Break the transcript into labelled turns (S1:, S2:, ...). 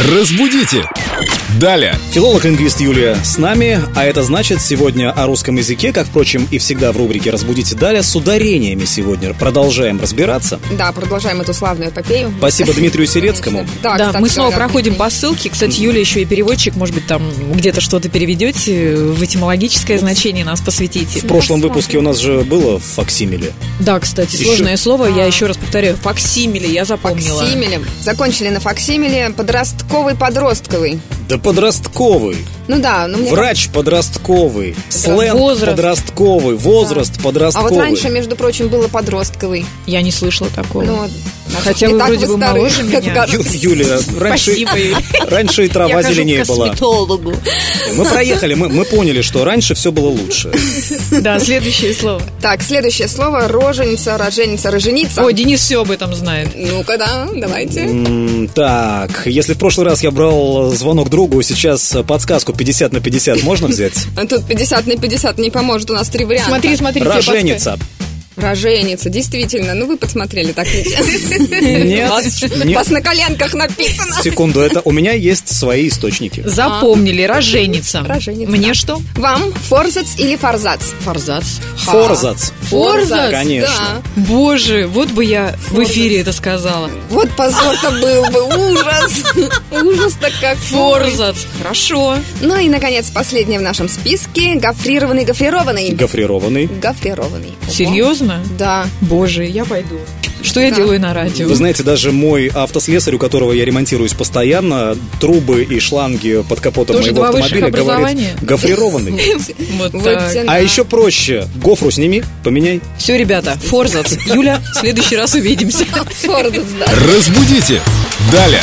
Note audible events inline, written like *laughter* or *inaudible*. S1: Разбудите! Далее!
S2: Филолог-лингвист Юлия с нами, а это значит сегодня о русском языке, как, впрочем, и всегда в рубрике «Разбудите далее» с ударениями сегодня. Продолжаем разбираться.
S3: Да, продолжаем эту славную эпопею.
S2: Спасибо Дмитрию Серецкому.
S3: Да,
S4: Да,
S3: кстати
S4: мы снова
S3: говоря,
S4: проходим по ссылке. Кстати, Юля еще и переводчик, может быть, там где-то что-то переведете, в этимологическое значение нас посвятите.
S2: В прошлом выпуске у нас же было в факсимиле.
S4: Да, кстати,
S2: Еще-
S4: сложное слово, я
S3: А.
S4: еще раз повторяю, факсимили, я запомнила.
S3: Факсимилем. Закончили на факсимиле подростковый подростковый.
S2: Да подростковый,
S3: Ну да, ну мне
S2: врач подростковый, сленг
S4: возраст.
S2: подростковый, возраст
S3: кажется. А вот
S2: подростковый.
S3: раньше, между прочим, было подростковый.
S4: Я не слышала такого.
S3: Ну, вот,
S4: Хотя
S3: не
S4: вы
S3: так
S4: вроде бы
S3: старые,
S4: моложе
S3: как
S4: меня.
S3: кажется.
S2: Ю- Юлия, раньше,
S4: Спасибо, Юля.
S2: *laughs* раньше и трава
S4: хожу к
S2: зеленее была.
S4: косметологу.
S2: Мы проехали, мы, мы поняли, что раньше все было лучше.
S4: *laughs* Да, следующее слово.
S3: Так, следующее слово роженица, роженица, роженица.
S4: О, Денис все об этом знает.
S3: Ну-ка, да, давайте.
S2: М, Так, если в прошлый раз я брал э, звонок другу, сейчас э, подсказку 50 на 50 можно взять?
S3: А Тут 50 на 50 не поможет, у нас три варианта.
S4: Смотри, смотри, тебе
S2: Роженица.
S3: Роженица, действительно. Ну, вы подсмотрели так.
S2: Нет,
S3: Вас-
S4: *laughs*
S2: нет.
S3: Вас на коленках написано.
S2: Секунду, это у меня есть свои источники.
S4: подсказка. Запомнили, А. роженица.
S3: Роженица, да.
S4: Мне что?
S3: Вам форзац или форзац?
S4: Форзац.
S2: Форзац.
S4: Форзац?
S2: Конечно.
S3: да.
S4: Боже, вот бы я в эфире это сказала.
S3: Вот позор-то был бы, ужас. Ужас-то какой.
S4: Форзац. Хорошо.
S3: Ну и, наконец, последнее в нашем списке. Гофрированный, гофрированный.
S2: Гофрированный.
S3: Гофрированный.
S4: Серьезно?
S3: Да.
S4: Боже, я пойду. Что я
S3: Да.
S4: делаю на радио?
S2: Вы знаете, даже мой автослесарь, у которого я ремонтируюсь постоянно, трубы и шланги под капотом
S4: Тоже
S2: моего
S4: два высших
S2: автомобиля
S4: образования?
S2: говорит гофрированный.
S4: *laughs* Вот
S3: Вот
S4: так.
S3: те-
S2: А еще проще, гофру сними, поменяй.
S4: Все, ребята, Форзац. Юля, в следующий раз увидимся.
S3: Форзац, да.
S1: Разбудите! Далее!